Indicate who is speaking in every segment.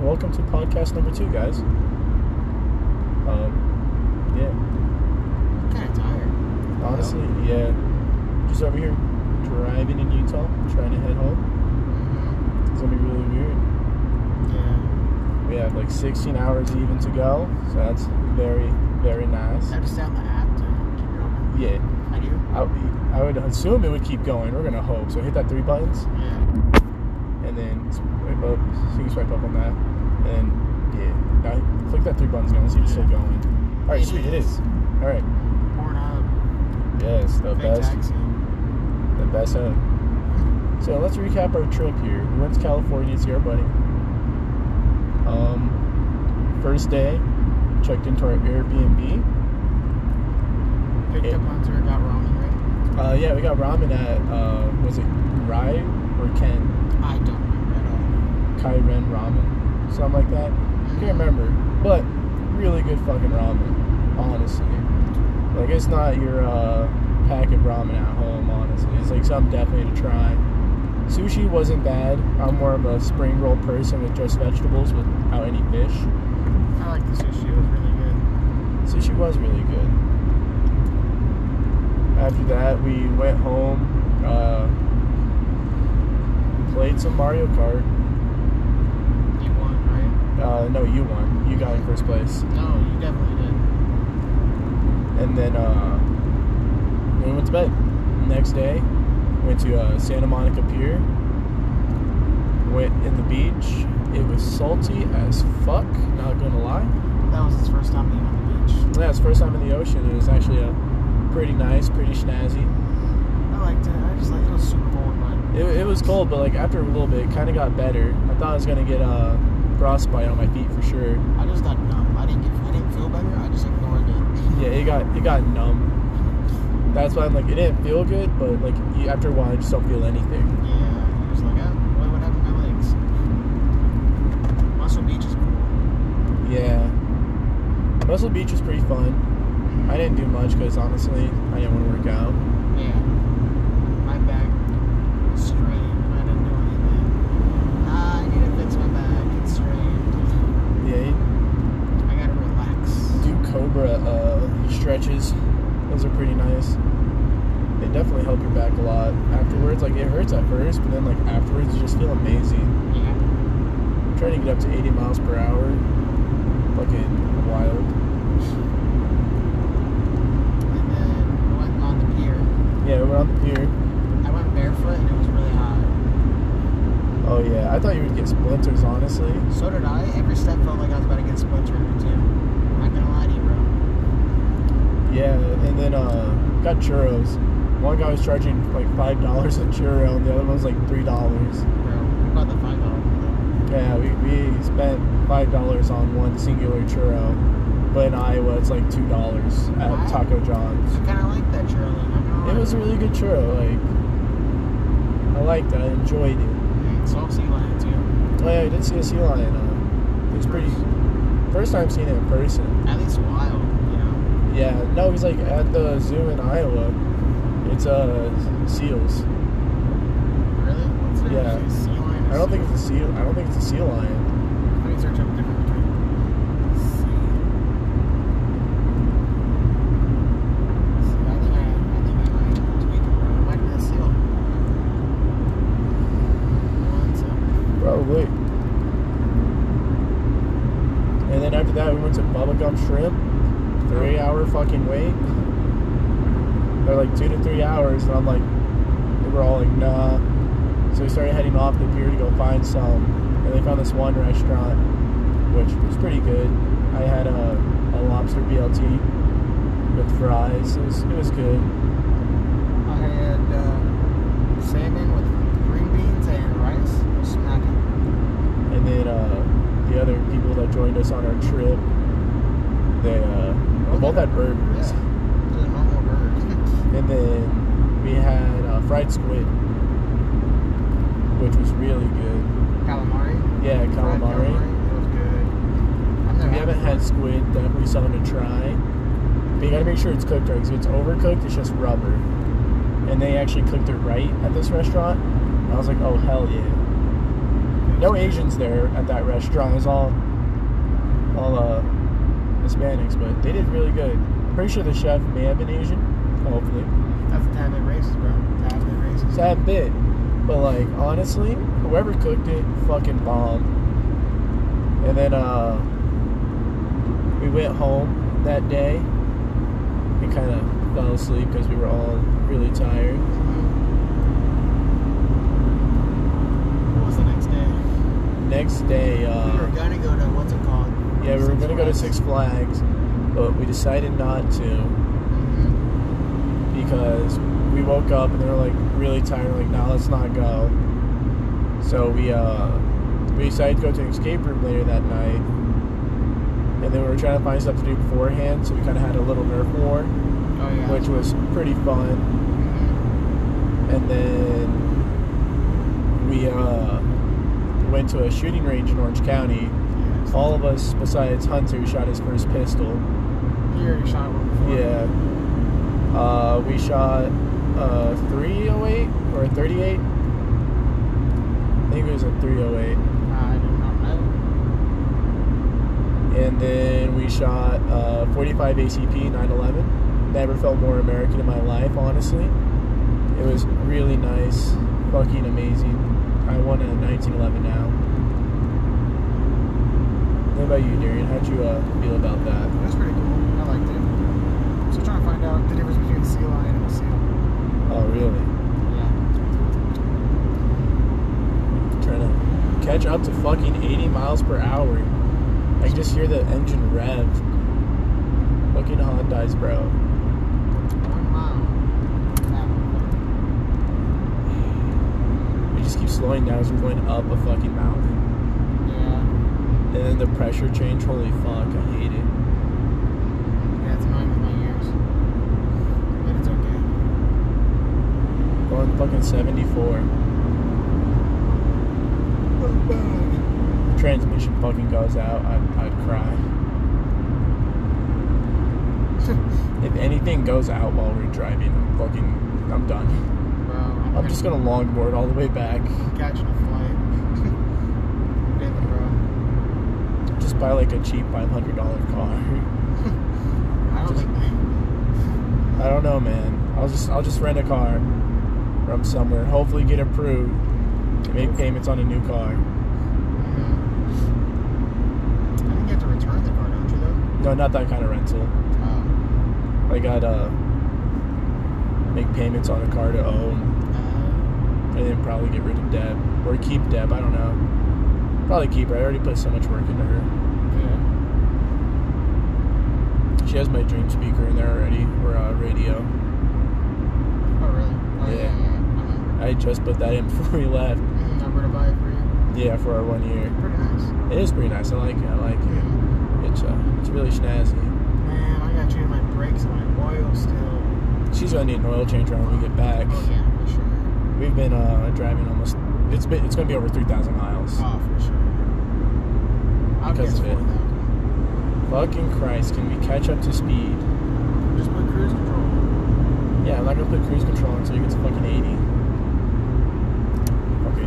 Speaker 1: welcome to podcast number two, guys. Um, yeah,
Speaker 2: I'm kind of tired.
Speaker 1: honestly, yeah. Just over here driving in Utah, trying to head home.
Speaker 2: Mhm.
Speaker 1: It's gonna be really weird.
Speaker 2: Yeah.
Speaker 1: We have like 16 hours even to go, so that's very, very nice.
Speaker 2: I just down the app to keep it open.
Speaker 1: Yeah,
Speaker 2: I do.
Speaker 1: I, I would assume it would keep going. We're gonna hope. So hit that three buttons,
Speaker 2: Yeah.
Speaker 1: and then swipe up. So you can swipe up on that, and yeah, now click that three buttons again. Let's see if it's still going. All right,
Speaker 2: It
Speaker 1: sweet, it
Speaker 2: is.
Speaker 1: is. All right,
Speaker 2: Pornhub.
Speaker 1: yes, the
Speaker 2: Fake
Speaker 1: best,
Speaker 2: taxi.
Speaker 1: the best. Huh? So let's recap our trip here. We went to California to see our buddy. Um, first day, checked into our Airbnb.
Speaker 2: Picked
Speaker 1: It-
Speaker 2: up on tour, got wrong,
Speaker 1: Uh, yeah, we got ramen at uh, was it Rai or Ken
Speaker 2: right? I don't remember at all.
Speaker 1: Kai Ren Ramen, something like that. Can't remember, but really good fucking ramen, honestly. Like it's not your uh, packet ramen at home, honestly. It's like something definitely to try. Sushi wasn't bad. I'm more of a spring roll person with just vegetables without any fish.
Speaker 2: I like the sushi. It was really good.
Speaker 1: Sushi was really good. After that, we went home, uh, played some Mario Kart.
Speaker 2: You won, right?
Speaker 1: Uh, no, you won. You got in first place.
Speaker 2: No, you definitely did.
Speaker 1: And then uh, we went to bed. Next day, went to uh, Santa Monica Pier. Went in the beach. It was salty as fuck. Not gonna lie.
Speaker 2: That was his first time being on the beach.
Speaker 1: Yeah, it's the first time in the ocean. It was actually uh pretty nice, pretty schnazzy.
Speaker 2: I liked it. I just like it was super cold, but
Speaker 1: It, it was cold, but like after a little bit, it kind of got better. I thought I was gonna get uh, frostbite on my feet for sure.
Speaker 2: I just got numb. I didn't get, I didn't feel better. I just ignored it.
Speaker 1: Yeah, it got it got numb. That's why I'm like it didn't feel good, but like you- after a while, I just don't feel anything.
Speaker 2: Yeah, it was like, oh, what, what happened to my legs? Muscle Beach is cool.
Speaker 1: Yeah, Muscle Beach was pretty fun. I didn't do much because honestly, I didn't want to work out.
Speaker 2: Yeah, my back was strained. I didn't do anything. Ah, I need to fix my back. It's strained.
Speaker 1: Yeah, you
Speaker 2: I gotta relax.
Speaker 1: do Cobra uh, stretches. Those are pretty nice. They definitely help your back a lot. Afterwards, like it hurts at first, but then like afterwards, you just feel amazing.
Speaker 2: Yeah,
Speaker 1: trying to get up to 80 miles per hour. Fucking wild.
Speaker 2: and then went on the pier.
Speaker 1: Yeah, we were on the pier.
Speaker 2: I went barefoot and it was really hot.
Speaker 1: Oh yeah, I thought you would get splinters, honestly.
Speaker 2: So did I. Every step felt like I was about to get splintered in two. Not gonna lie to you, bro.
Speaker 1: Yeah, and then uh, got churros. One guy was charging like five dollars a churro, and the other one was like three dollars.
Speaker 2: Bro, we bought the five dollar one.
Speaker 1: Yeah, we, we spent five dollars on one singular churro, but in Iowa it's like two dollars at Taco
Speaker 2: I
Speaker 1: John's.
Speaker 2: kind of like that churro. Like, I'm gonna
Speaker 1: It
Speaker 2: lie.
Speaker 1: was a really good churro. Like I liked it. I enjoyed it.
Speaker 2: And salt sea lion too.
Speaker 1: Oh yeah, I did see a sea lion. Uh, it was pretty. First time seeing it in person.
Speaker 2: At least wild, you know.
Speaker 1: Yeah, no, it was like at the zoo in Iowa. It's uh seals.
Speaker 2: Really? What's the
Speaker 1: Yeah.
Speaker 2: difference between sea lion? and
Speaker 1: I don't think
Speaker 2: seal?
Speaker 1: it's a seal. I don't think it's a sea lion.
Speaker 2: Let me search up the difference between sea. See, I think I, I think I might tweak it, bro. It might be a seal. One, two.
Speaker 1: Probably. And then after that, we went to Bubblegum Shrimp. Three hour fucking wait. Or like two to three hours, and I'm like, they were all like, nah. So we started heading off the pier to go find some, and they found this one restaurant, which was pretty good. I had a, a lobster BLT with fries. It was, it was good.
Speaker 2: I had uh, salmon with green beans and rice. It was Smacking.
Speaker 1: And then uh, the other people that joined us on our trip, they uh, we both had burgers.
Speaker 2: Yeah. Just a normal burger.
Speaker 1: And then we had uh, fried squid, which was really good.
Speaker 2: calamari.
Speaker 1: Yeah,
Speaker 2: Fried
Speaker 1: calamari.
Speaker 2: It was good.
Speaker 1: If
Speaker 2: I've never
Speaker 1: you haven't had squid, definitely something to try. But you gotta make sure it's cooked right, because if it's overcooked, it's just rubber. And they actually cooked it right at this restaurant. And I was like, oh, hell yeah.
Speaker 2: it.
Speaker 1: no Asians there at that restaurant. It was all all uh, Hispanics, but they did really good. Pretty sure the chef may have been Asian, hopefully.
Speaker 2: That's the time it races, bro. Time it races.
Speaker 1: Sad bit, but like honestly, whoever cooked it fucking bombed. And then uh, we went home that day. We kind of fell asleep because we were all really tired.
Speaker 2: What was the next day?
Speaker 1: Next day,
Speaker 2: we were
Speaker 1: uh,
Speaker 2: gonna go to what's it called?
Speaker 1: yeah, we were gonna go to
Speaker 2: Flags.
Speaker 1: Six Flags, but we decided not to.
Speaker 2: Mhm.
Speaker 1: because we woke up and they were like really tired. Like, now let's not go. So we uh, we decided to go to an escape room later that night, and then we were trying to find stuff to do beforehand. So we kind of had a little nerf war,
Speaker 2: Oh yeah.
Speaker 1: Mm-hmm. which was pretty fun.
Speaker 2: Mhm.
Speaker 1: And then we uh, went to a shooting range in Orange County.
Speaker 2: Yes.
Speaker 1: All of us besides Hunter who shot his first pistol.
Speaker 2: You already shot one before.
Speaker 1: Yeah. Uh, we shot uh, a 308 or a 38. I think it was a 308.
Speaker 2: I did not know.
Speaker 1: And then we shot uh, a 45 ACP 911. Never felt more American in my life, honestly. It was really nice, fucking amazing. I won a 1911 now. What about you, Darian? How'd you uh, feel about that?
Speaker 2: That's pretty cool. I liked it. I'm still trying to find out the difference between sea lion and a seal.
Speaker 1: Oh, really?
Speaker 2: Yeah.
Speaker 1: trying to catch up to fucking 80 miles per hour. I can just hear the engine rev. Fucking Hondas, bro.
Speaker 2: One mile.
Speaker 1: We just keep slowing down as we're going up a fucking mountain.
Speaker 2: Yeah.
Speaker 1: And then the pressure change, holy fuck, I hate it.
Speaker 2: Yeah, it's mine with my ears. But it's okay.
Speaker 1: Going fucking 74. Transmission fucking goes out, I'd, I'd cry. If anything goes out while we're driving, I'm fucking, I'm done.
Speaker 2: Bro,
Speaker 1: I'm just gonna longboard all the way back.
Speaker 2: catching a flight. David, bro.
Speaker 1: Just buy like a cheap $500 car.
Speaker 2: I don't
Speaker 1: Just-
Speaker 2: think
Speaker 1: I don't know, man. I'll just I'll just rent a car from somewhere. Hopefully, get approved to make payments on a new car.
Speaker 2: I think you have to return the car, don't you, though?
Speaker 1: No, not that kind of rental.
Speaker 2: Oh.
Speaker 1: I got uh make payments on a car to own,
Speaker 2: Uh,
Speaker 1: and then probably get rid of Deb or keep Deb. I don't know. Probably keep her. I already put so much work into her.
Speaker 2: Uh, yeah.
Speaker 1: She has my dream speaker in there already, or uh, radio.
Speaker 2: Oh, really? Oh,
Speaker 1: Yeah.
Speaker 2: yeah. yeah, yeah. I remember.
Speaker 1: I just put that in before we left.
Speaker 2: Mm, I'm going to buy it for you.
Speaker 1: Yeah, for our one year.
Speaker 2: Pretty nice.
Speaker 1: It is pretty nice. I like it. I like it.
Speaker 2: Mm.
Speaker 1: It's uh, it's really snazzy.
Speaker 2: Man, I got to change my brakes and my oil still.
Speaker 1: She's gonna need an oil change when we get back.
Speaker 2: Oh, yeah, for sure.
Speaker 1: We've been uh, driving almost. It's been. It's gonna be over three thousand miles.
Speaker 2: Oh, for sure. I'll
Speaker 1: Because
Speaker 2: guess
Speaker 1: of it.
Speaker 2: 4,000.
Speaker 1: Fucking Christ! Can we catch up to speed?
Speaker 2: Just put cruise control.
Speaker 1: Yeah, I'm not gonna put cruise control until you get to fucking eighty. Okay.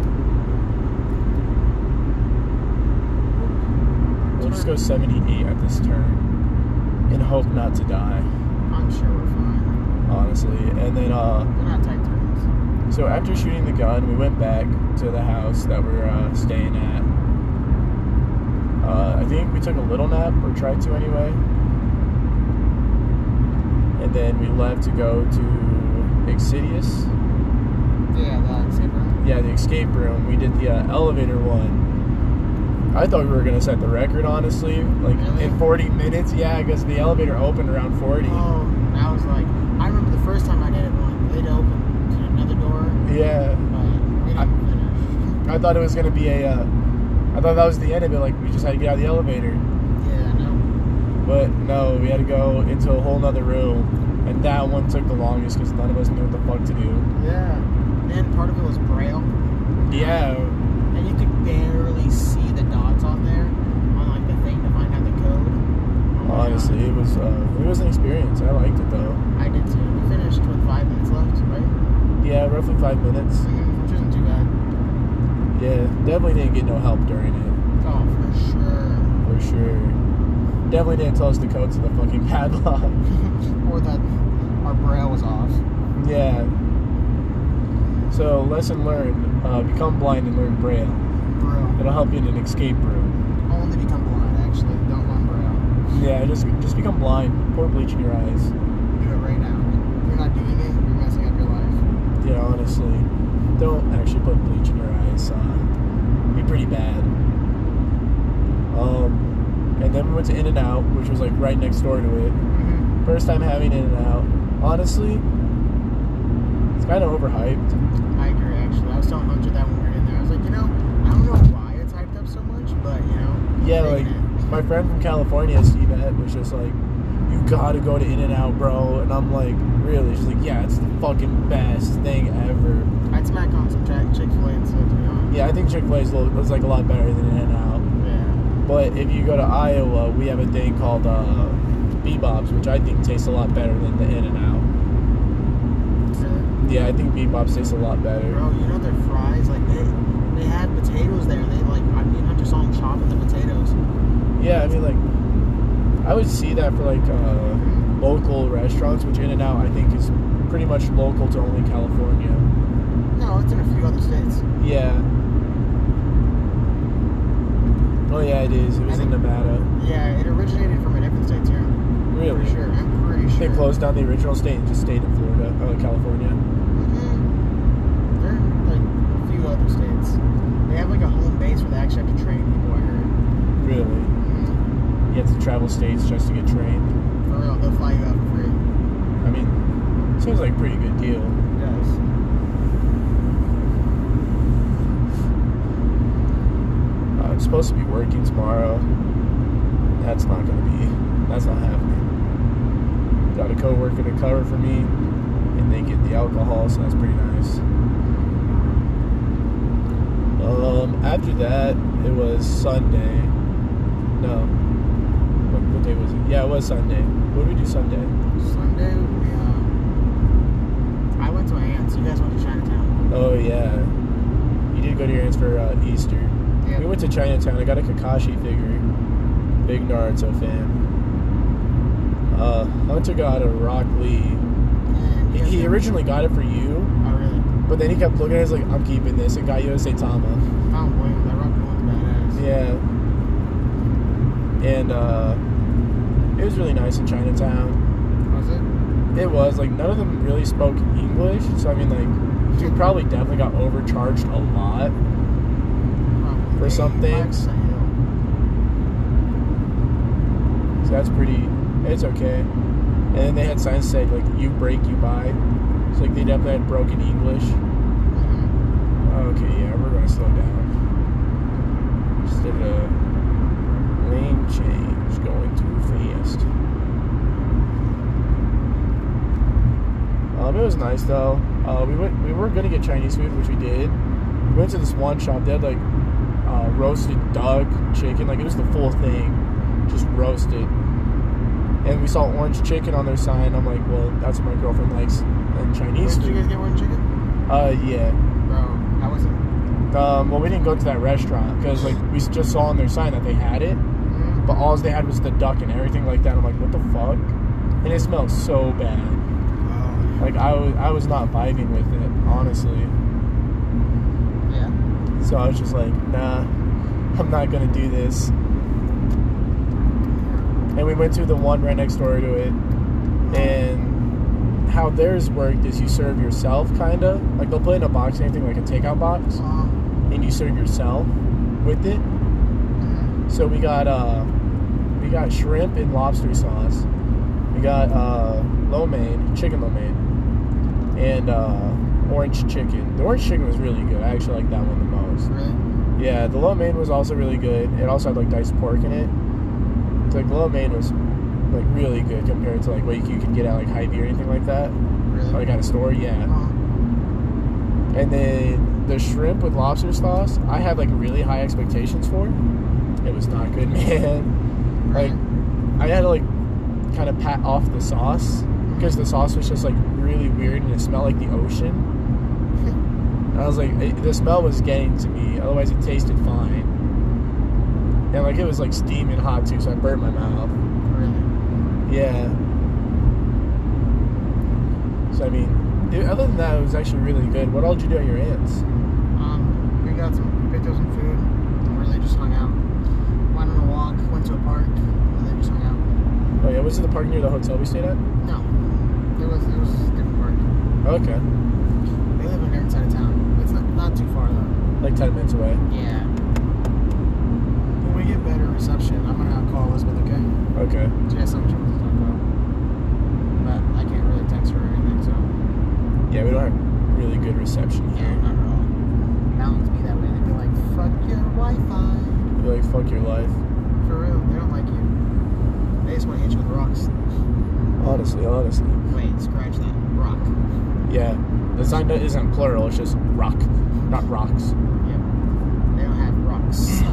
Speaker 1: We'll just go seventy-eight at this turn, and hope not to die.
Speaker 2: I'm sure we're fine.
Speaker 1: Honestly, and then uh,
Speaker 2: They're not tight turns.
Speaker 1: So after shooting the gun, we went back to the house that we were uh, staying at. Uh, I think we took a little nap, or tried to anyway. And then we left to go to Exidius.
Speaker 2: Yeah, that safer.
Speaker 1: Yeah, the escape room. We did the uh, elevator one. I thought we were gonna set the record, honestly. Like
Speaker 2: Really?
Speaker 1: in 40 minutes, yeah, because the elevator opened around 40.
Speaker 2: Oh, and I was like, I remember the first time I did it, like, it opened to another door,
Speaker 1: Yeah.
Speaker 2: but we
Speaker 1: I-
Speaker 2: didn't finish.
Speaker 1: I thought it was gonna be a. Uh, I thought that was the end of it. Like we just had to get out of the elevator.
Speaker 2: Yeah, I know.
Speaker 1: But no, we had to go into a whole nother room, and that one took the longest because none of us knew what the fuck to do.
Speaker 2: Yeah. And part of it was braille,
Speaker 1: Yeah,
Speaker 2: and you could barely see the dots on there, on like the thing to find out the code. Oh my God.
Speaker 1: honestly, it was uh, it was an experience. I liked it though.
Speaker 2: I did too. We finished with five minutes left, right?
Speaker 1: Yeah, roughly five minutes.
Speaker 2: Which isn't too bad.
Speaker 1: Yeah, Yeah, definitely didn't get no help during it,
Speaker 2: Oh, for sure.
Speaker 1: for sure. Definitely didn't tell us the codes of the fucking padlock.
Speaker 2: or that our braille was off.
Speaker 1: Yeah. So, lesson learned uh, become blind and learn Braille.
Speaker 2: Braille.
Speaker 1: It'll help you in an escape room.
Speaker 2: Only become blind, actually. Don't learn braille.
Speaker 1: Yeah, just just become blind. Pour bleach in your eyes.
Speaker 2: Do it right now. If you're not doing it, you're messing up your life.
Speaker 1: Yeah, honestly. Don't actually put bleach in your eyes. Uh, it'd be pretty bad. Um, and then we went to In and Out, which was like right next door to it.
Speaker 2: Mm-hmm.
Speaker 1: First time having In and Out. Honestly, it's kind of overhyped.
Speaker 2: I agree, actually. I was telling Hunter that when we were in there. I was like, you know, I don't know why it's hyped up so much, but, you know.
Speaker 1: Yeah, like
Speaker 2: taking it.
Speaker 1: my friend from California, Steve Ed, was just like, "You gotta go to In and Out, bro." And I'm like, "Really?" She's like, "Yeah, it's the fucking best thing ever."
Speaker 2: I'd smack on some Chick fil A instead, to be honest.
Speaker 1: Yeah, I think Chick Fil A is a little- is, like a lot better than In and Out.
Speaker 2: Yeah.
Speaker 1: But if you go to Iowa, we have a thing called uh, Bebop's, which I think tastes a lot better than the In and Out.
Speaker 2: Really?
Speaker 1: Yeah, I think Bebop's tastes a lot better.
Speaker 2: Bro, you know their fries, like they they had potatoes there. They like I mean I just saw them chopping the potatoes.
Speaker 1: Yeah, I mean like, I would see that for like uh, local restaurants, which In and Out I think is pretty much local to only California.
Speaker 2: No, it's in a few other states.
Speaker 1: Yeah. Oh yeah, it is. It was in Nevada.
Speaker 2: Yeah, it originated from a different state here.
Speaker 1: Really?
Speaker 2: Pretty sure. I'm pretty sure.
Speaker 1: They closed down the original state and just stayed in Florida, uh, California.
Speaker 2: Mhm. They're in like a few other states. They have like a home base where they actually have to train people. I heard.
Speaker 1: Really?
Speaker 2: Mhm.
Speaker 1: You have to travel states just to get trained.
Speaker 2: For real, they'll fly you out for free.
Speaker 1: I mean, seems like a pretty good deal.
Speaker 2: It does.
Speaker 1: Uh, I'm supposed to be working tomorrow. That's not gonna be. That's not happening. Got a coworker to cover for me, and they get the alcohol, so that's pretty nice. Um, after that, it was Sunday. No, what, what day was it? Yeah, it was Sunday. What did we do Sunday?
Speaker 2: Sunday we um I went to my aunt's. You guys went to Chinatown.
Speaker 1: Oh yeah, you did go to your aunt's for uh, Easter.
Speaker 2: Yeah.
Speaker 1: We went to Chinatown. I got a Kakashi figure. Big Naruto fan. Uh, Hunter got a Rock Lee.
Speaker 2: And
Speaker 1: He,
Speaker 2: you guys
Speaker 1: he
Speaker 2: didn't-
Speaker 1: originally got it for you,
Speaker 2: Oh really?
Speaker 1: but then he kept looking at us like, I'm keeping this. And got you a Saitama.
Speaker 2: Tom Williams, that rock one's badass.
Speaker 1: Yeah. And uh, it was really nice in Chinatown.
Speaker 2: Was it?
Speaker 1: It was. Like, none of them really spoke English. So, I mean, like, he probably definitely got overcharged a lot.
Speaker 2: Probably.
Speaker 1: For some
Speaker 2: They
Speaker 1: things.
Speaker 2: might say,
Speaker 1: So that's pretty. It's okay. And then they had signs that said like "you break, you buy." So like they definitely had broken English.
Speaker 2: "Mhm."
Speaker 1: Okay, yeah, we're gonna slow down. Just did a lane change, going too fast. Um, it was nice though. Uh, we went. We were gonna get Chinese food, which we did. We went to this one shop. They had like uh, roasted duck chicken. Like it was the full thing, just roasted. And we saw orange chicken on their sign. I'm like, well, that's what my girlfriend likes in Chinese
Speaker 2: Did you guys
Speaker 1: food.
Speaker 2: get one chicken?
Speaker 1: Uh, yeah.
Speaker 2: Bro, how was it?
Speaker 1: Um, well, we didn't go to that restaurant because like we just saw on their sign that they had it,
Speaker 2: Mhm.
Speaker 1: but all they had was the duck and everything like that. I'm like, what the fuck? And it smelled so bad.
Speaker 2: Oh,
Speaker 1: Like I was, I was not vibing with it, honestly.
Speaker 2: yeah.
Speaker 1: So I was just like, nah, I'm not gonna do this. And we went to the one right next door to it, and how theirs worked is you serve yourself, kinda. Like they'll put in a box, anything like a takeout box,
Speaker 2: Um,
Speaker 1: and you serve yourself with it.
Speaker 2: mhm.
Speaker 1: So we got uh, we got shrimp and lobster sauce. We got uh, lo mein, chicken lo mein, and uh, orange chicken. The orange chicken was really good. I actually like that one the most.
Speaker 2: Really?
Speaker 1: Yeah, the lo mein was also really good. It also had like diced pork in it. So, like lo mein was like really good compared to like what you could get at like Hy-Vee or anything like that.
Speaker 2: Really?
Speaker 1: Like at a store, yeah.
Speaker 2: Um,
Speaker 1: And then the shrimp with lobster sauce, I had like really high expectations for. It was not good, man. Like
Speaker 2: really?
Speaker 1: I had to like kind of pat off the sauce because the sauce was just like really weird and it smelled like the ocean. And I was like, it, the smell was getting to me. Otherwise, it tasted fine. And like it was like steaming hot too, so I burned my mouth.
Speaker 2: Really?
Speaker 1: Yeah. So I mean, dude, other than that, it was actually really good. What all did you do at your aunt's?
Speaker 2: Um, we got some, we picked up some food, and really just hung out. Went on a walk, went to a park, and then just hung out.
Speaker 1: Oh yeah, was it the park near the hotel we stayed at? Oh,
Speaker 2: No, it was it was a different park.
Speaker 1: Okay,
Speaker 2: They live on the other side of town. It's not not too far though.
Speaker 1: like ten minutes away.
Speaker 2: Yeah. When we get better reception, I'm gonna call Elizabeth. Okay.
Speaker 1: Okay.
Speaker 2: She has something she wants to talk about, but I can't really text her or anything, so.
Speaker 1: Yeah, we don't have really good reception
Speaker 2: Yeah,
Speaker 1: here.
Speaker 2: not at all. Mountains be that way. They'd be like, fuck your Wi-Fi.
Speaker 1: Be like, fuck your life.
Speaker 2: For real, they don't like you. They just want to hit you with rocks.
Speaker 1: Honestly, honestly.
Speaker 2: Wait, scratch that. Rock.
Speaker 1: Yeah, the sign do- isn't plural. It's just rock, not rocks.
Speaker 2: Yep. They don't have rocks. Rock.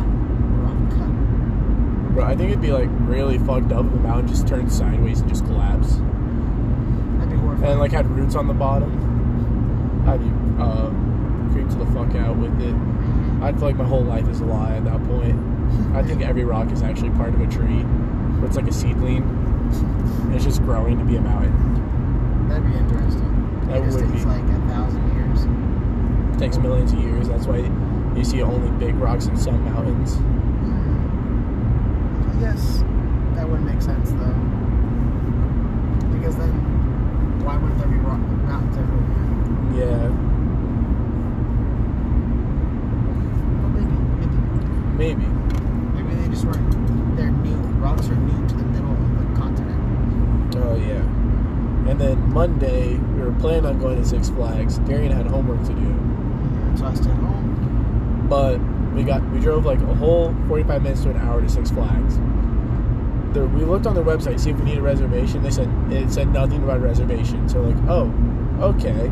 Speaker 1: Bro, I think it'd be like really fucked up if the mountain just turned sideways and just collapsed,
Speaker 2: That'd be horrifying.
Speaker 1: and like had roots on the bottom. I'd be uh, creeped the fuck out with it.
Speaker 2: Mhm.
Speaker 1: I'd feel like my whole life is a lie at that point. I think every rock is actually part of a tree. Where it's like a seedling. and It's just growing to be a mountain.
Speaker 2: That'd be interesting.
Speaker 1: That
Speaker 2: it just
Speaker 1: would
Speaker 2: takes
Speaker 1: be.
Speaker 2: like a thousand years.
Speaker 1: It takes millions of years. That's why you see only big rocks in some mountains.
Speaker 2: Mm. I guess that would make sense though. Because then, why wouldn't there be rock mountains everywhere?
Speaker 1: Yeah,
Speaker 2: Well, maybe, maybe.
Speaker 1: maybe.
Speaker 2: Maybe they just weren't. They're new. Rocks are new to the middle of the continent.
Speaker 1: Oh yeah. And then Monday we were planning on going to Six Flags. Darian had homework to do,
Speaker 2: So I oh, stayed home.
Speaker 1: but we got we drove like a whole 45 minutes to an hour to Six Flags. The, we looked on their website to see if we need a reservation. They said it said nothing about a reservation. So we're like, oh, okay.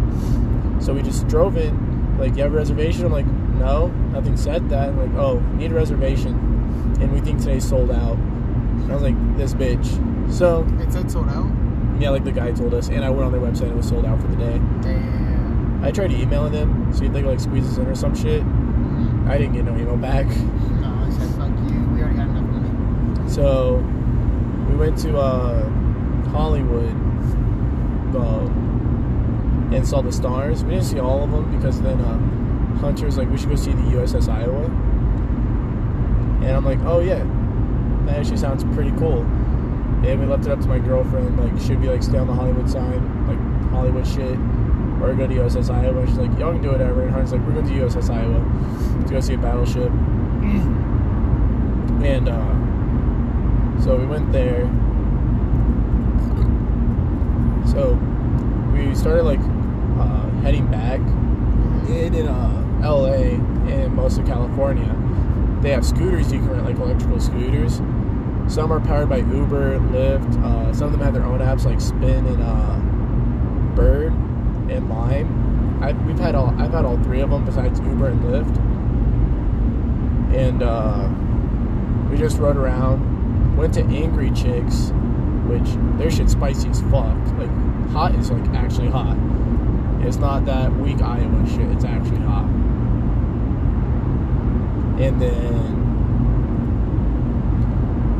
Speaker 1: So we just drove in. Like, you have a reservation? I'm like, no, nothing said that. I'm like, oh, we need a reservation, and we think today's sold out. I was like, this bitch. So
Speaker 2: It said sold out.
Speaker 1: yeah, like the guy told us, and I went on their website and it was sold out for the day.
Speaker 2: Damn.
Speaker 1: I tried emailing them, see if they could like squeeze us in or some shit.
Speaker 2: Mm.
Speaker 1: I didn't get no email back.
Speaker 2: No, I said fuck you. We already got enough money.
Speaker 1: So we went to uh, Hollywood uh, and saw the stars. We didn't see all of them because then uh, Hunter was like, we should go see the USS Iowa. And I'm like, oh yeah, that actually sounds pretty cool. And we left it up to my girlfriend, like, should we like stay on the Hollywood side, like Hollywood shit, or go to USS Iowa? She's like, y'all can do whatever. And Hunter's like, we're going to USS Iowa to go see a battleship. And uh, so we went there. So we started like uh, heading back in, in uh, LA and most of California. They have scooters you can rent, like electrical scooters. Some are powered by Uber, Lyft. Uh, some of them have their own apps like Spin and uh, Bird and Lime. I, we've had all I've had all three of them besides Uber and Lyft. And uh, we just rode around, went to Angry Chicks, which their shit's spicy as fuck. Like hot is like actually hot. It's not that weak Iowa shit. It's actually hot. And then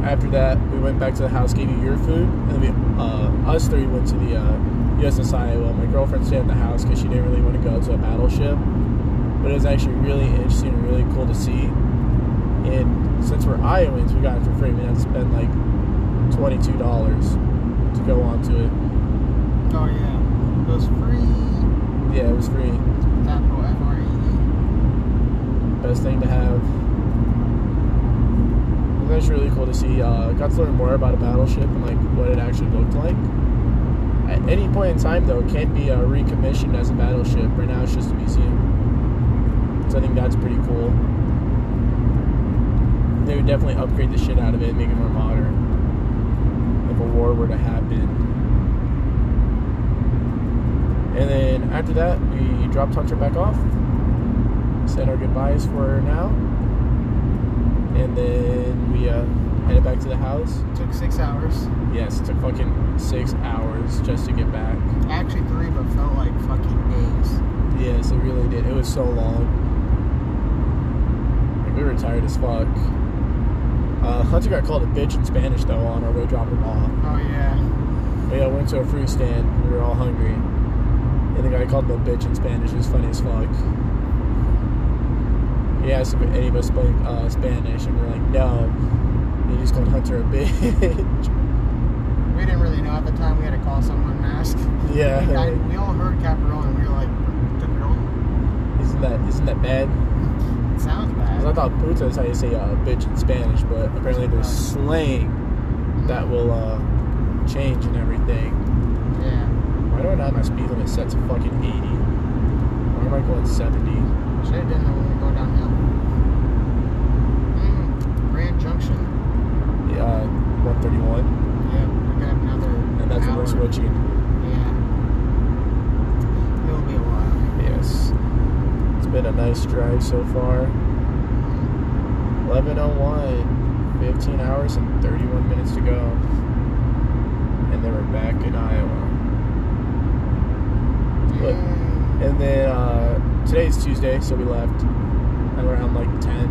Speaker 1: after that, we went back to the house, gave you your food, and then we, uh, us three went to the uh, USS Iowa. My girlfriend stayed at the house because she didn't really want to go to a battleship, but it was actually really interesting and really cool to see. And since we're Iowans, we got it for free. We had to spend like twenty-two dollars to go onto it.
Speaker 2: Oh yeah. It was free.
Speaker 1: Yeah, it was free.
Speaker 2: Capital F R E.
Speaker 1: Best thing to have. It was actually really cool to see. Uh, got to learn more about a battleship and like what it actually looked like. At any point in time, though, it can be uh, recommissioned as a battleship. Right now, it's just a museum. So I think that's pretty cool. They would definitely upgrade the shit out of it, and make it more modern. If a war were to happen. And then after that, we dropped Hunter back off, said our goodbyes for now, and then we uh, headed back to the house.
Speaker 2: Took six hours.
Speaker 1: Yes, it took fucking six hours just to get back.
Speaker 2: Actually three, but felt like fucking days.
Speaker 1: Yes, it really did. It was so long. Like, we were tired as fuck. Uh, Hunter got called a bitch in Spanish though on our way dropping him off.
Speaker 2: Oh yeah.
Speaker 1: Yeah, we went to a fruit stand. We were all hungry. And the guy called him a bitch in Spanish. It was funny as fuck. He asked if any of us spoke uh, Spanish, and we're like, no. And he just called Hunter a bitch.
Speaker 2: We didn't really know at the time. We had to call someone mask.
Speaker 1: yeah.
Speaker 2: We, got- we all heard Capirola and we were like, Capirola?
Speaker 1: Isn't that isn't that bad?
Speaker 2: It sounds
Speaker 1: 'Cause I
Speaker 2: bad.
Speaker 1: thought puta is how you say uh, bitch in Spanish, but apparently there's slang that will uh, change and everything.
Speaker 2: Yeah.
Speaker 1: Why do I not have my speed limit set to fucking 80? Why am I going 70?
Speaker 2: Should have done that when we go downhill. Mm, Grand Junction.
Speaker 1: uh, 131,
Speaker 2: Yeah, we got another.
Speaker 1: and that's when
Speaker 2: hour.
Speaker 1: we're switching.
Speaker 2: Yeah. It'll be a while.
Speaker 1: Yes, it's been a nice drive so far. 11:01, 15 hours and 31 minutes to go, and then we're back in Iowa. Look.
Speaker 2: Mm.
Speaker 1: And then uh, today's Tuesday, so we left at around like 10.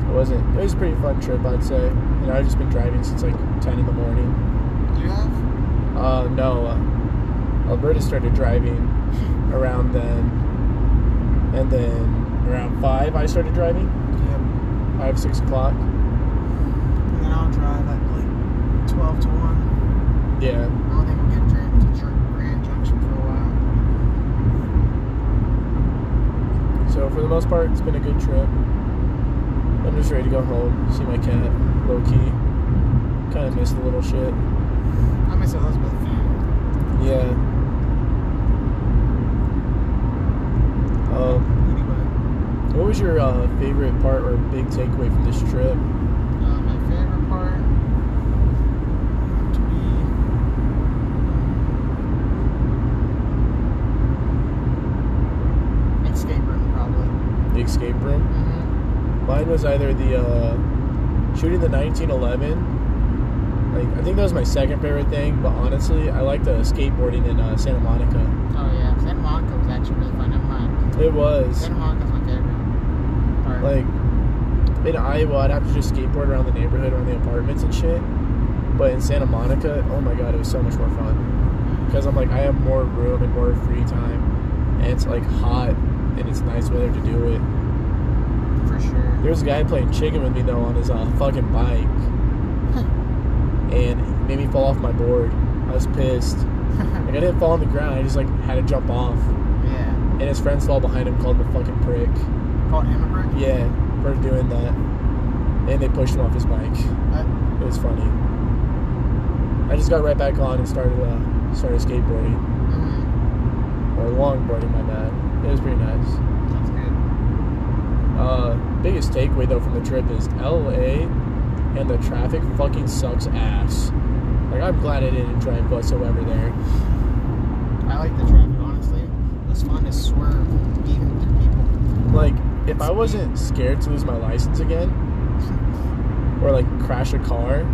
Speaker 1: It wasn't. It was a pretty fun trip, I'd say. And I've just been driving since like 10 in the morning.
Speaker 2: You have?
Speaker 1: Uh, no, uh, Alberta started driving around then, and then around five I started driving,
Speaker 2: Yep.
Speaker 1: five six o'clock.
Speaker 2: And then I'll drive at like 12 to 1.
Speaker 1: Yeah,
Speaker 2: I don't think we'll get Grand to Jer- Grand Junction for a while.
Speaker 1: so for the most part it's been a good trip. I'm just ready to go home, see my cat, low key. Kind of miss the little shit.
Speaker 2: I miss Elizabeth Fan.
Speaker 1: Yeah. Um,
Speaker 2: Anyway,
Speaker 1: what was your uh, favorite part or big takeaway from this trip?
Speaker 2: uh, my favorite part to be escape room probably.
Speaker 1: The escape room.
Speaker 2: Mm-hmm.
Speaker 1: Mine was either the uh, shooting the 1911. Like I think that was my second favorite thing, but honestly, I like the skateboarding in uh, Santa Monica.
Speaker 2: Oh yeah, Santa Monica was actually really fun. Never mind.
Speaker 1: It was
Speaker 2: Santa Monica's my favorite part.
Speaker 1: like in Iowa, I'd have to just skateboard around the neighborhood, around the apartments and shit. But in Santa Monica, oh my god, it was so much more fun because I'm like I have more room and more free time, and it's like hot and it's nice weather to do it.
Speaker 2: for sure.
Speaker 1: There was a guy playing chicken with me though on his uh, fucking bike, and it made me fall off my board. I was pissed. Like I didn't fall on the ground. I just like had to jump off,
Speaker 2: yeah.
Speaker 1: and his friends fall behind him, called him a fucking prick.
Speaker 2: Called immigrant.
Speaker 1: Yeah, for doing that, and they pushed him off his bike.
Speaker 2: Uh,
Speaker 1: It was funny. I just got right back on and started uh, started skateboarding
Speaker 2: mm,
Speaker 1: or longboarding. My bad. It was pretty nice.
Speaker 2: that's good.
Speaker 1: Uh, biggest takeaway though from the trip is LA and the traffic fucking sucks ass. Like I'm glad I didn't drive whatsoever there.
Speaker 2: I like the traffic, honestly. It was fun to swerve even through people.
Speaker 1: Like if I wasn't scared to lose my license again or like crash a car,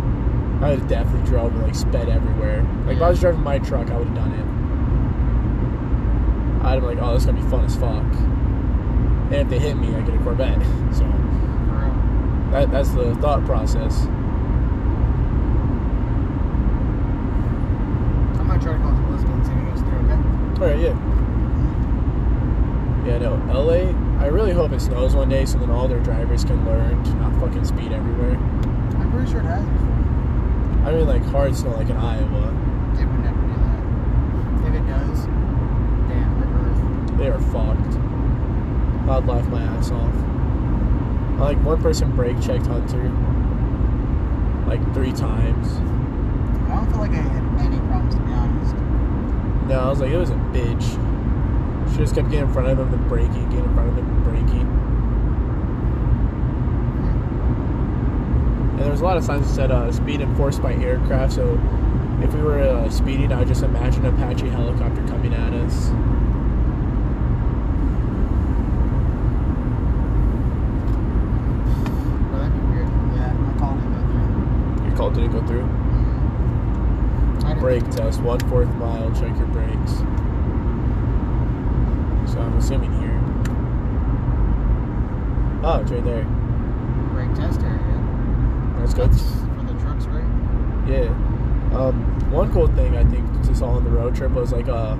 Speaker 1: I would have definitely drove and like sped everywhere. Like if I was driving my truck, I would have done it. I'd have been like, oh, this is gonna be fun as fuck. And if they hit me, I get a Corvette. So
Speaker 2: For real.
Speaker 1: that, that's the thought process.
Speaker 2: I'm gonna try to call Elizabeth and see if it goes through, okay?
Speaker 1: All right, yeah. Yeah, no, LA, I really hope it snows one day so then all their drivers can learn to not fucking speed everywhere.
Speaker 2: I'm pretty sure it has before.
Speaker 1: I mean, like, hard snow, like in Iowa.
Speaker 2: It would never do that. If it does, damn, rip earth.
Speaker 1: They are fucked. I'd laugh my ass off. Like, one person brake checked Hunter, like, three times.
Speaker 2: I don't feel like I had any problems, to be honest.
Speaker 1: No, I was like, it was a bitch. She just kept getting in front of him and braking, getting in front of him and braking.
Speaker 2: Hmm.
Speaker 1: And there was a lot of signs that said uh, speed enforced by aircraft, so if we were uh, speeding, I would just imagine an Apache helicopter coming at us.
Speaker 2: Well, that'd be weird. Yeah, my call didn't go through.
Speaker 1: Your call didn't go through.
Speaker 2: I didn't
Speaker 1: Brake
Speaker 2: think it-
Speaker 1: test, one fourth mile, check your brakes. I'm assuming here. Oh, it's right there.
Speaker 2: Brake test area.
Speaker 1: Let's go.
Speaker 2: For the trucks, right?
Speaker 1: Yeah. Um, one cool thing I think to saw on the road trip was like uh,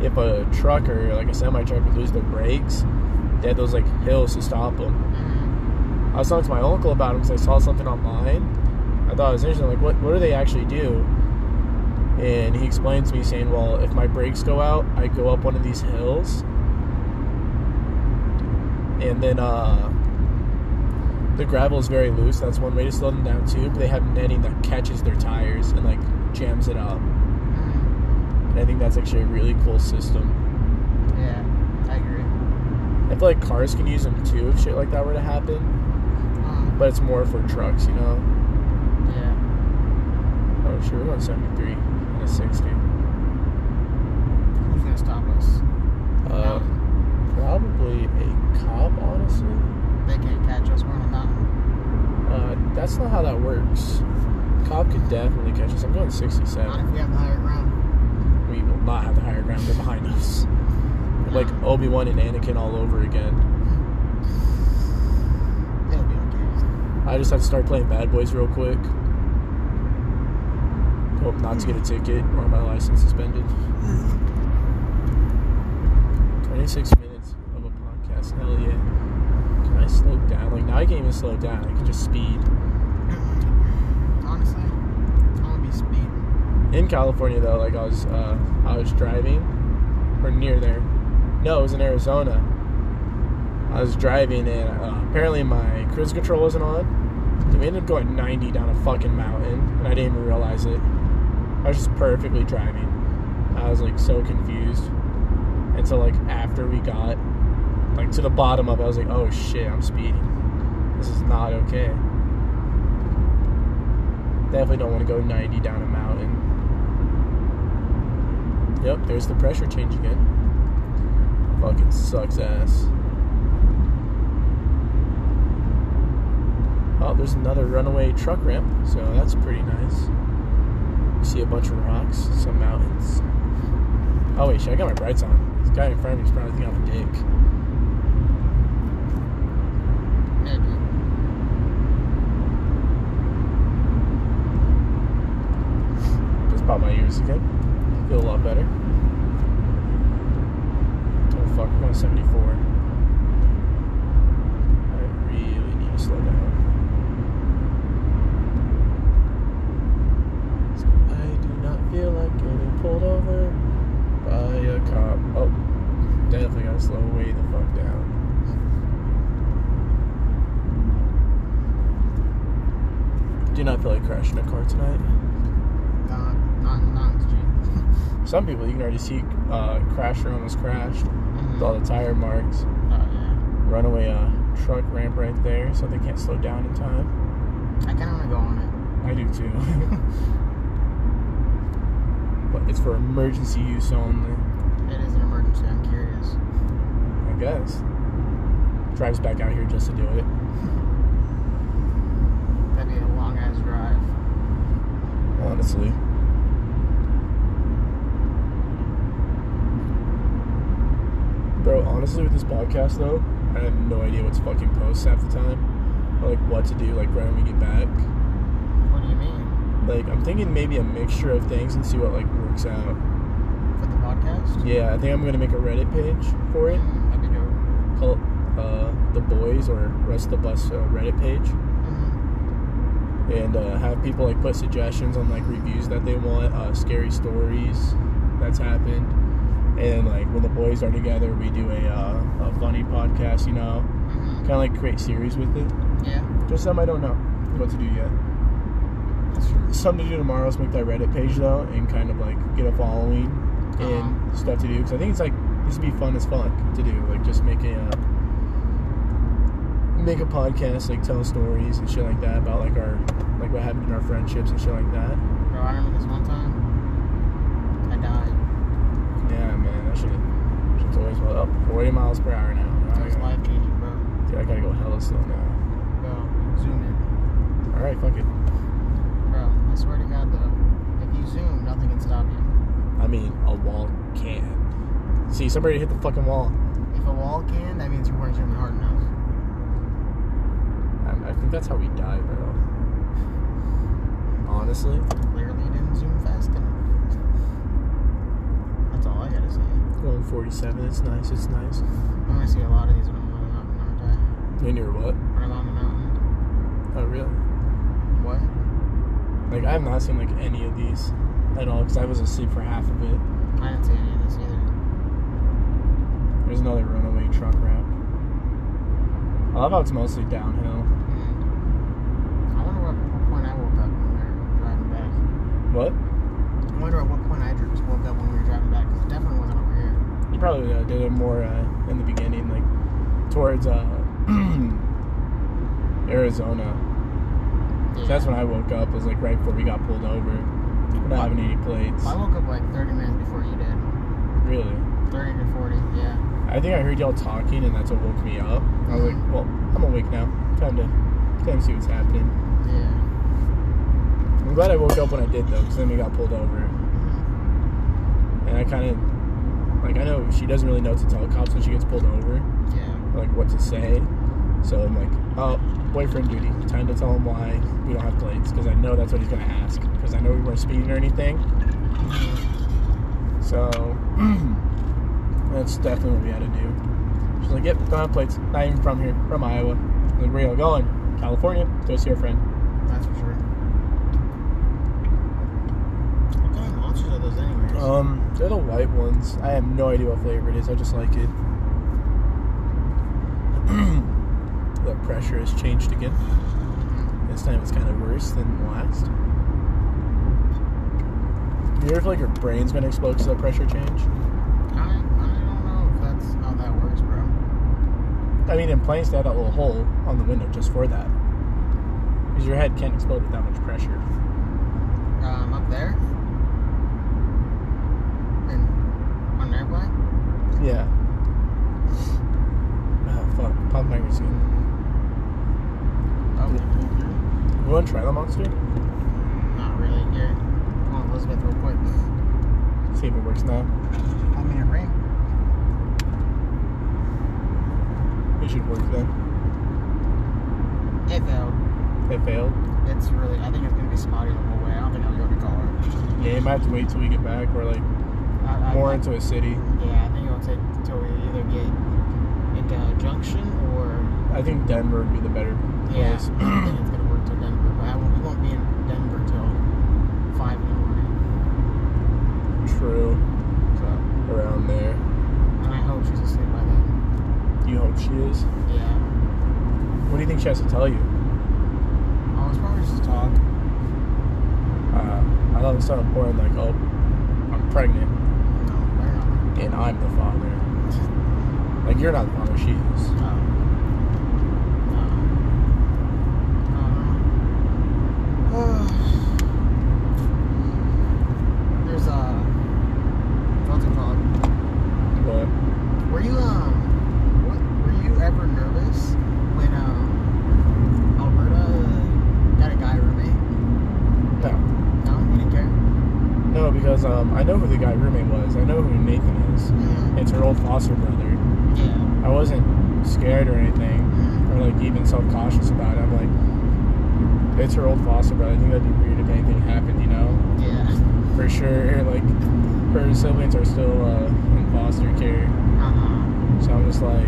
Speaker 1: if a truck or like a semi truck would lose their brakes, they had those like hills to stop them.
Speaker 2: Mm-hmm.
Speaker 1: I was talking to my uncle about them because I saw something online. I thought it was interesting. Like, what what do they actually do? And he explained to me saying, "Well, if my brakes go out, I go up one of these hills, and then uh, the gravel is very loose. That's one way to slow them down too. But they have netting that catches their tires and like jams it up.
Speaker 2: Mm-hmm.
Speaker 1: And I think that's actually a really cool system.
Speaker 2: Yeah, I agree.
Speaker 1: I feel like cars can use them too if shit like that were to happen,
Speaker 2: Mm,
Speaker 1: but it's more for trucks, you know."
Speaker 2: yeah.
Speaker 1: Oh, sure. We're going 73 and a 60.
Speaker 2: Who's gonna stop us?
Speaker 1: Uh,
Speaker 2: Mountain.
Speaker 1: probably a cop, honestly.
Speaker 2: They can't catch us. We're on a mountain.
Speaker 1: Uh, that's not how that works. Cop could definitely catch us. I'm going
Speaker 2: Not
Speaker 1: 67.
Speaker 2: if we have the higher ground.
Speaker 1: We will not have the higher ground. They're behind us. Like oh. Obi Wan and Anakin all over again.
Speaker 2: It'll be okay.
Speaker 1: I just have to start playing Bad Boys real quick. Hope not to get a ticket or my license suspended. 26 minutes of a podcast. Hell yeah. Can I slow down? Like, now I can't even slow down. I can just speed.
Speaker 2: Honestly, I wanna be speeding.
Speaker 1: in California though, like I was uh, I was driving or near there. No, it was in Arizona. I was driving and uh, apparently my cruise control wasn't on. So we ended up going 90 down a fucking mountain and I didn't even realize it. I was just perfectly driving. I was like so confused. And so like after we got like to the bottom of it, I was like, oh shit, I'm speeding. This is not okay. Definitely don't want to go 90 down a mountain. Yep, there's the pressure change again. Fucking sucks ass. Oh, there's another runaway truck ramp, so that's pretty nice. You see a bunch of rocks, some mountains. Oh wait, shit, I got my brights on. This guy in front of me is probably thinking I'm a dick.
Speaker 2: Maybe.
Speaker 1: Just pop my ears again. Feel a lot better. Oh fuck, I'm going 74. I really need to slow down. I do not feel like getting pulled over by a cop. Oh, definitely gotta slow way the fuck down. Do not feel like crashing a car tonight.
Speaker 2: Not, not, not street.
Speaker 1: Some people you can already see uh, crasher almost crashed with all the tire marks.
Speaker 2: Oh, yeah.
Speaker 1: Runaway uh, truck ramp right there, so they can't slow down in time.
Speaker 2: I kind of want to go on it.
Speaker 1: I do too, but it's for emergency use only,
Speaker 2: It is an emergency. I'm curious.
Speaker 1: I guess. Drives back out here just to do it.
Speaker 2: That'd be a long ass drive.
Speaker 1: honestly. Bro, honestly, with this podcast though, I have no idea what's fucking posts half the time, or like what to do, like right when we get back.
Speaker 2: What do you mean?
Speaker 1: Like I'm thinking maybe a mixture of things and see what like works out.
Speaker 2: For the podcast?
Speaker 1: Yeah, I think I'm gonna make a Reddit page for it,
Speaker 2: Mm, That'd be dope.
Speaker 1: called uh, the Boys or Rest of the Bus uh, Reddit page.
Speaker 2: Mm,
Speaker 1: and uh, have people like put suggestions on like reviews that they want, uh, scary stories that's happened, and like when the boys are together, we do a uh, a funny podcast, you know,
Speaker 2: mhm.
Speaker 1: kind of like create series with it.
Speaker 2: Yeah,
Speaker 1: Just some I don't know what to do yet.
Speaker 2: that's true.
Speaker 1: Some to do tomorrow is make that Reddit page though, and kind of like get a following
Speaker 2: Uh-huh.
Speaker 1: and stuff to do because I think it's like this would be fun as fuck to do, like just make a. Uh, Make a podcast, like tell stories and shit like that about like our, like what happened in our friendships and shit like that.
Speaker 2: Bro, I remember this one time. I died.
Speaker 1: Yeah, man, that shit. Shit's always well up. 40 miles per hour now.
Speaker 2: It was life changing, bro.
Speaker 1: Dude, I gotta go hella slow now.
Speaker 2: Bro, zoom in.
Speaker 1: All right, fuck it.
Speaker 2: Bro, I swear to God, though, if you zoom, nothing can stop you.
Speaker 1: I mean, a wall can. See, somebody hit the fucking wall.
Speaker 2: If a wall can, that means you weren't swimming hard enough.
Speaker 1: Um, I think that's how we die, bro. Honestly.
Speaker 2: Clearly, you didn't zoom fast enough. That's all I gotta say.
Speaker 1: Going 47, it's nice, it's nice.
Speaker 2: I'm gonna see a lot of these when I'm on the mountain, aren't
Speaker 1: And you're what?
Speaker 2: I? Or along the mountain.
Speaker 1: Oh, really?
Speaker 2: What?
Speaker 1: Like, I have not seen, like, any of these at all because I was asleep for half of it.
Speaker 2: I didn't see any of this either.
Speaker 1: There's another runaway truck wreck. I love how it's mostly downhill.
Speaker 2: Hmm. I wonder what, what point I woke up when we were driving back.
Speaker 1: What?
Speaker 2: I wonder at what point I just woke up when we were driving back, 'cause it definitely wasn't over here.
Speaker 1: You probably uh, did it more uh, in the beginning, like, towards uh, Arizona. So that's when I woke up. Was like right before we got pulled over. We're not having any plates.
Speaker 2: I woke up like 30 minutes before you did.
Speaker 1: Really?
Speaker 2: 30 to 40, yeah.
Speaker 1: I think I heard y'all talking, and that's what woke me up. I was like, "Well, I'm awake now. Time to time to see what's happening."
Speaker 2: Yeah.
Speaker 1: I'm glad I woke up when I did though, because then we got pulled over,
Speaker 2: Mhm.
Speaker 1: and I kind of like I know she doesn't really know what to tell cops when she gets pulled over,
Speaker 2: Yeah.
Speaker 1: like what to say. So I'm like, "Oh, boyfriend duty. Time to tell him why we don't have plates, because I know that's what he's gonna ask. Because I know we weren't speeding or anything."
Speaker 2: Mhm.
Speaker 1: So that's definitely what we had to do. She's like, yep, don't have plates. Not even from here, from Iowa. I'm like, where y'all going? California. Go see our friend.
Speaker 2: That's for sure. What kind of monsters are those anyways?
Speaker 1: Um, they're the white ones. I have no idea what flavor it is. I just like it. the pressure has changed again.
Speaker 2: Mhm.
Speaker 1: This time it's kind of worse than last. You ever feel like your brain's gonna explode because of the pressure change?
Speaker 2: I, I don't know if that's how that works, bro.
Speaker 1: I mean, in planes, they had that little hole on the window just for that. Because your head can't explode with that much pressure.
Speaker 2: Um, up there? And on an airplane?
Speaker 1: Yeah. Oh, fuck. Pop my receipt.
Speaker 2: Oh, mhm.
Speaker 1: You want to try the monster?
Speaker 2: not really. Here, come on, Elizabeth, real quick.
Speaker 1: See if it works now.
Speaker 2: Hold me a ring.
Speaker 1: It should work then.
Speaker 2: It failed.
Speaker 1: It failed.
Speaker 2: It's really, I think it's gonna be spotty the whole way. I don't think I'll be able to call her.
Speaker 1: Yeah, you might have to wait till we get back or like
Speaker 2: I, I,
Speaker 1: more
Speaker 2: I,
Speaker 1: into a city.
Speaker 2: Yeah, I think it'll take till we either get into a junction or
Speaker 1: I think Denver would be the better
Speaker 2: yeah,
Speaker 1: place.
Speaker 2: I think it's gonna work till Denver. But I won't, we won't be in Denver till five in the morning.
Speaker 1: True.
Speaker 2: So,
Speaker 1: Around there.
Speaker 2: and I hope she's asleep by then.
Speaker 1: You hope she is.
Speaker 2: Yeah.
Speaker 1: What do you think she has to tell you?
Speaker 2: Oh, it's probably just talk.
Speaker 1: Uh, I thought it sounded boring, like, oh, I'm pregnant
Speaker 2: No, better not.
Speaker 1: and I'm the father. Like, you're not the father, she is.
Speaker 2: No. No. No. There's a what's it called?
Speaker 1: But
Speaker 2: Were you um, what, were you ever nervous when um, Alberta got a guy roommate?
Speaker 1: no.
Speaker 2: No, you didn't care.
Speaker 1: No, because um, I know who the guy roommate was. I know who Nathan is.
Speaker 2: Yeah.
Speaker 1: It's her old foster brother.
Speaker 2: Yeah.
Speaker 1: I wasn't scared or anything, or like even self cautious about it. I'm like, it's her old foster brother. I think that'd be weird if anything happened, you know?
Speaker 2: Yeah.
Speaker 1: For sure, like her siblings are still uh, in foster care,
Speaker 2: Uh-huh.
Speaker 1: so I'm just like,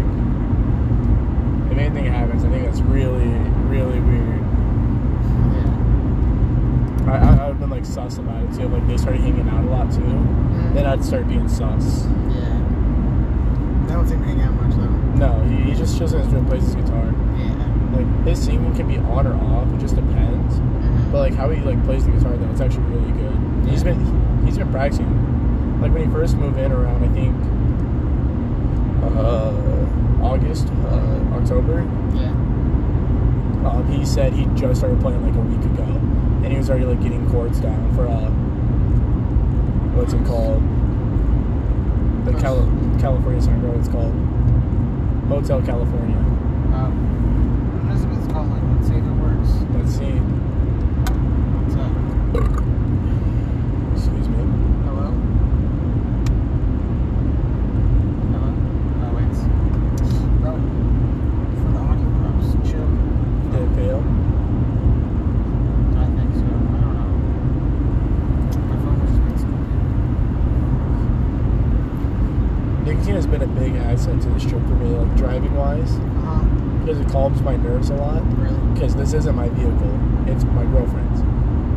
Speaker 1: if anything happens, I think that's really, really weird.
Speaker 2: Yeah.
Speaker 1: I, I, I've been like sus about it too. Like they started hanging out a lot too. Then I'd start being sus.
Speaker 2: Yeah. They don't seem to hang out much though.
Speaker 1: No, he, he just chills in his room, plays his guitar.
Speaker 2: Yeah.
Speaker 1: Like his singing can be on or off, it just depends. But like how he like plays the guitar though, it's actually really good. He's been he's been practicing. Like when he first moved in around I think uh, August, uh, October,
Speaker 2: Yeah.
Speaker 1: um, he said he just started playing like a week ago, and he was already like getting chords down for uh, what's it called? The Cal- California song, I forgot what it's called Hotel California.
Speaker 2: Um, Elizabeth's calling. Let's see if it works.
Speaker 1: Let's see.
Speaker 2: What's up?
Speaker 1: Excuse me.
Speaker 2: Hello? Oh,
Speaker 1: actually calms my nerves a lot
Speaker 2: Really?
Speaker 1: because this isn't my vehicle; it's my girlfriend's.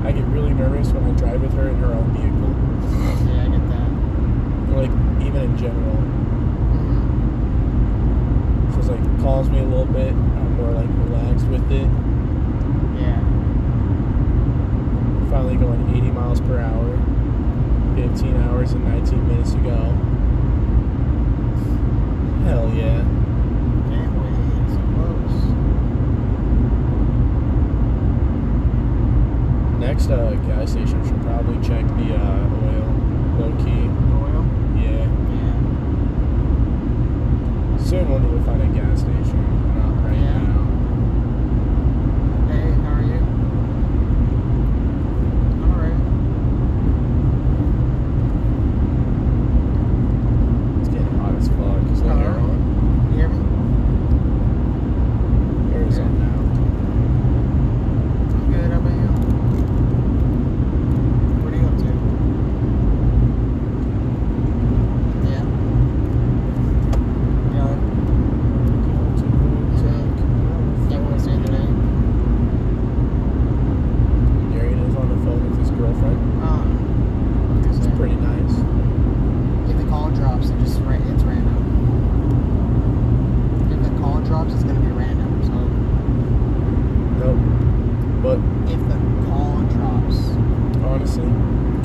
Speaker 1: I get really nervous when I drive with her in her own vehicle,
Speaker 2: Yeah, I get that.
Speaker 1: or like even in general.
Speaker 2: Mhm.
Speaker 1: So it's like calms me a little bit. I'm more like relaxed with it.
Speaker 2: Yeah.
Speaker 1: Finally going 80 miles per hour. 15 hours and 19 minutes to go. Hell yeah.
Speaker 2: Can't wait. So close.
Speaker 1: Next uh, gas station should probably check the uh, oil low key.
Speaker 2: Oil?
Speaker 1: Yeah.
Speaker 2: Yeah.
Speaker 1: Soon we'll need to find a gas station. Not right
Speaker 2: Yeah.
Speaker 1: now.
Speaker 2: Hey, how are you? I'm alright.
Speaker 1: It's getting hot as fuck. Is that air on?
Speaker 2: You hear me?
Speaker 1: Air is on now.
Speaker 2: I'm good. How about you? What are you up to? Yeah. Yeah. So, you want to say the name?
Speaker 1: Gary is on the phone with his girlfriend.
Speaker 2: Um, what was I
Speaker 1: It's
Speaker 2: gonna say?
Speaker 1: pretty nice.
Speaker 2: If the call drops, it just ra- it's random. If the call drops, it's gonna be random. So
Speaker 1: Nope. But
Speaker 2: if the call drops,
Speaker 1: honestly,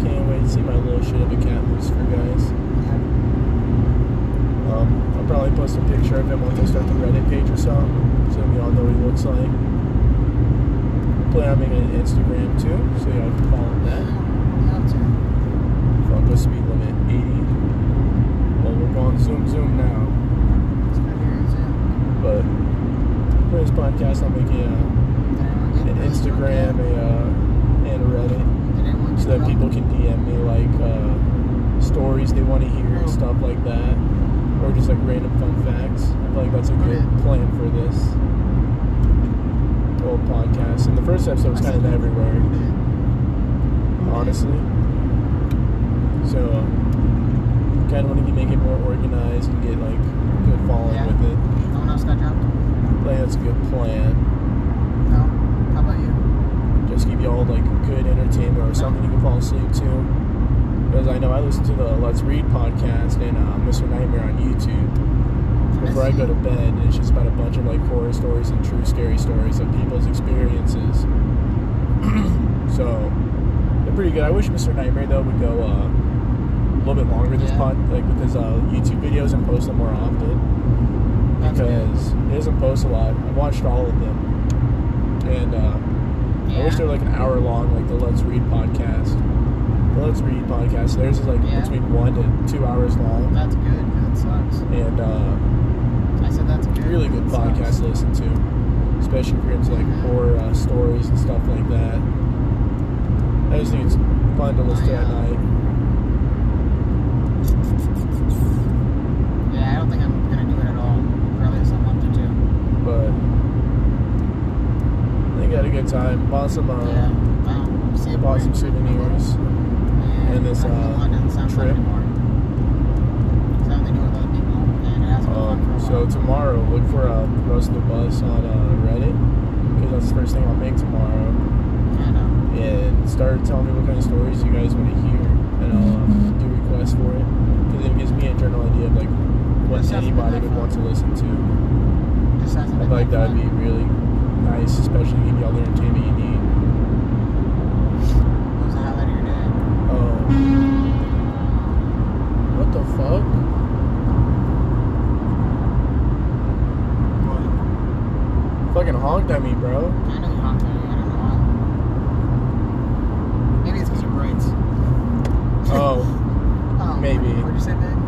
Speaker 1: can't wait to see my little shit of a cat loose for guys.
Speaker 2: yeah,
Speaker 1: Um, I'll probably post a picture of him on just like the Reddit page or something, so we all know what he looks like. Plan on making an Instagram too, so y'all can follow that.
Speaker 2: we have to.
Speaker 1: Fuck with speed limit 80. Well, we're going zoom zoom now,
Speaker 2: It's not here, is it?
Speaker 1: but for this podcast, I'll make a, uh,
Speaker 2: Did
Speaker 1: an
Speaker 2: anyone get really drunk
Speaker 1: Instagram,
Speaker 2: yet?
Speaker 1: a uh, and a Reddit,
Speaker 2: Did anyone
Speaker 1: so
Speaker 2: get
Speaker 1: that
Speaker 2: drunk?
Speaker 1: people can DM me like uh, stories they want to hear
Speaker 2: Oh.
Speaker 1: and stuff like that, or just like random fun facts. I feel like that's a good
Speaker 2: Okay.
Speaker 1: plan for this whole podcast. And the first episode was
Speaker 2: I
Speaker 1: kind of
Speaker 2: said-
Speaker 1: everywhere.
Speaker 2: Who did? Who did?
Speaker 1: honestly. So, kind of want to be making more organized and get like good following
Speaker 2: Yeah.
Speaker 1: with it.
Speaker 2: No one else got drunk?
Speaker 1: Like that's a good plan.
Speaker 2: No. How about you?
Speaker 1: Just give you all like good entertainment or something you can fall asleep to. Because I know I listen to the Let's Read podcast and uh, Mr. Nightmare on YouTube before I go to bed. And it's just about a bunch of like horror stories and true scary stories of people's experiences. so they're pretty good. I wish Mr. Nightmare though would go uh, a little bit longer this
Speaker 2: Yeah.
Speaker 1: pod, like with his uh, YouTube videos and post them more often.
Speaker 2: That's good.
Speaker 1: because it doesn't post a lot. I watched all of them, and uh, I wish they were like an hour long, like the Let's Read podcast. The Let's Read podcast, theirs is like
Speaker 2: Yeah.
Speaker 1: between one to two hours long,
Speaker 2: That's good. That sucks.
Speaker 1: and uh,
Speaker 2: I said that's good.
Speaker 1: really good
Speaker 2: That sucks.
Speaker 1: podcast to listen to, especially if you're into like horror uh, stories and stuff like that. I just think it's fun to listen to at
Speaker 2: I, uh,
Speaker 1: night.
Speaker 2: Yeah, I don't think I'm gonna do it at all for at least a month or two.
Speaker 1: But I think I had a good time. Bought some, uh,
Speaker 2: yeah. Um, see a
Speaker 1: bought
Speaker 2: boy.
Speaker 1: some souvenirs.
Speaker 2: And,
Speaker 1: and this,
Speaker 2: I
Speaker 1: uh,
Speaker 2: don't know why it doesn't sound
Speaker 1: trip.
Speaker 2: fun anymore. It's something to do with other people, and it hasn't been fun for a
Speaker 1: Um,
Speaker 2: while.
Speaker 1: so tomorrow, look for uh, most of the bus on uh, Reddit because that's the first thing I'll make tomorrow.
Speaker 2: I know.
Speaker 1: And start telling me what kind of stories you guys want to hear, and I'll um, do requests for it because it gives me a general idea of like what
Speaker 2: That sounds
Speaker 1: anybody
Speaker 2: like
Speaker 1: would want to
Speaker 2: fun.
Speaker 1: listen to.
Speaker 2: Just hasn't
Speaker 1: I
Speaker 2: been
Speaker 1: feel like that would be
Speaker 2: fun.
Speaker 1: really nice, especially give you all the entertainment you need.
Speaker 2: What was the highlight of your day?
Speaker 1: Um, what the fuck?
Speaker 2: What?
Speaker 1: Fucking honked at me, bro.
Speaker 2: I know you honked at me. I don't know why. Oh, Maybe it's because your braids.
Speaker 1: Oh,
Speaker 2: Oh,
Speaker 1: maybe.
Speaker 2: What'd you say, babe?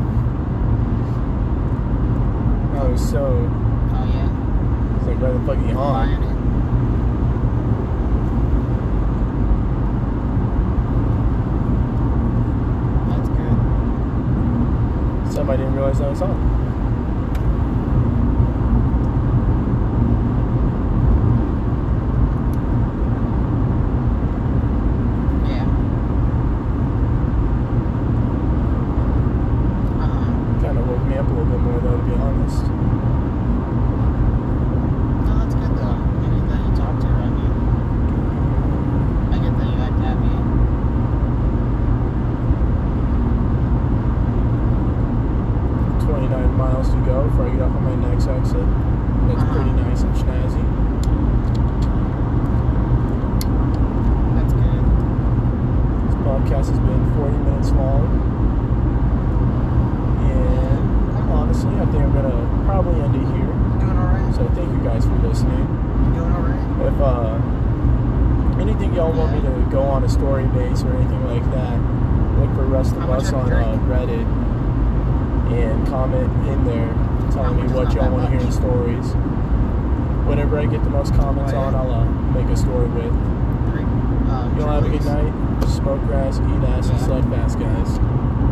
Speaker 1: I was so
Speaker 2: Oh yeah.
Speaker 1: it's like, why the fuck you honk?
Speaker 2: Lion it. That's good.
Speaker 1: Something I didn't realize I was on.
Speaker 2: Yeah. Uh-huh. Uh-huh.
Speaker 1: Kind of woke me up a little bit more, though, to be honest.
Speaker 2: No,
Speaker 1: uh, y'all want me to go on a story base or anything like that, look for Rust the
Speaker 2: How much
Speaker 1: Bus
Speaker 2: have
Speaker 1: on
Speaker 2: you
Speaker 1: uh, Reddit and comment in there telling
Speaker 2: much
Speaker 1: me
Speaker 2: is
Speaker 1: what
Speaker 2: not
Speaker 1: y'all
Speaker 2: that
Speaker 1: want to hear in
Speaker 2: much?
Speaker 1: stories. Whatever I get the most comments
Speaker 2: Oh, yeah.
Speaker 1: on, I'll uh, make a story with.
Speaker 2: Drink, uh,
Speaker 1: Y'all have a good
Speaker 2: Trulies.
Speaker 1: night. Smoke grass, eat ass, and
Speaker 2: Yeah.
Speaker 1: slug bass, guys.